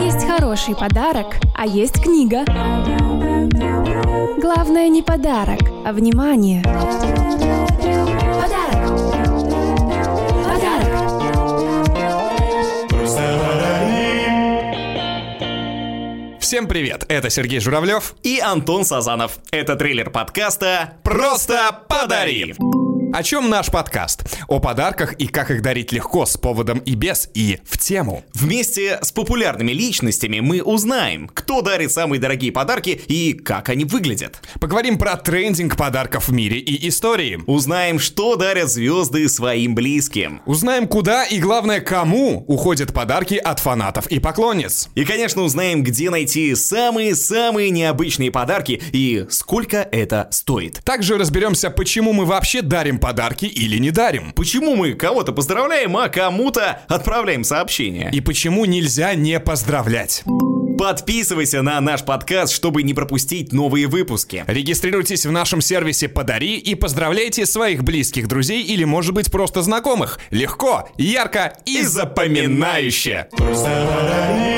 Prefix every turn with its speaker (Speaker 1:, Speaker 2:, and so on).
Speaker 1: Есть хороший подарок, а есть книга. Главное не подарок, а внимание. Подарок. Подарок.
Speaker 2: Всем привет, это Сергей Журавлев.
Speaker 3: и Антон Сазанов. Это трейлер подкаста
Speaker 2: Просто подари! О чем наш подкаст? О подарках и как их дарить легко, с поводом и без, и в тему.
Speaker 3: Вместе с популярными личностями мы узнаем, кто дарит самые дорогие подарки и как они выглядят.
Speaker 2: Поговорим про трендинг подарков в мире и истории.
Speaker 3: Узнаем, что дарят звезды своим близким.
Speaker 2: Узнаем, куда и, главное, кому уходят подарки от фанатов и поклонниц.
Speaker 3: И, конечно, узнаем, где найти самые-самые необычные подарки и сколько это стоит.
Speaker 2: Также разберемся, почему мы вообще дарим подарки или не дарим.
Speaker 3: Почему мы кого-то поздравляем, а кому-то отправляем сообщение?
Speaker 2: И почему нельзя не поздравлять.
Speaker 3: Подписывайся на наш подкаст, чтобы не пропустить новые выпуски.
Speaker 2: Регистрируйтесь в нашем сервисе «Подари» и поздравляйте своих близких, друзей или, может быть, просто знакомых. Легко, ярко и запоминающе.
Speaker 3: Запоминающе! Просто подари.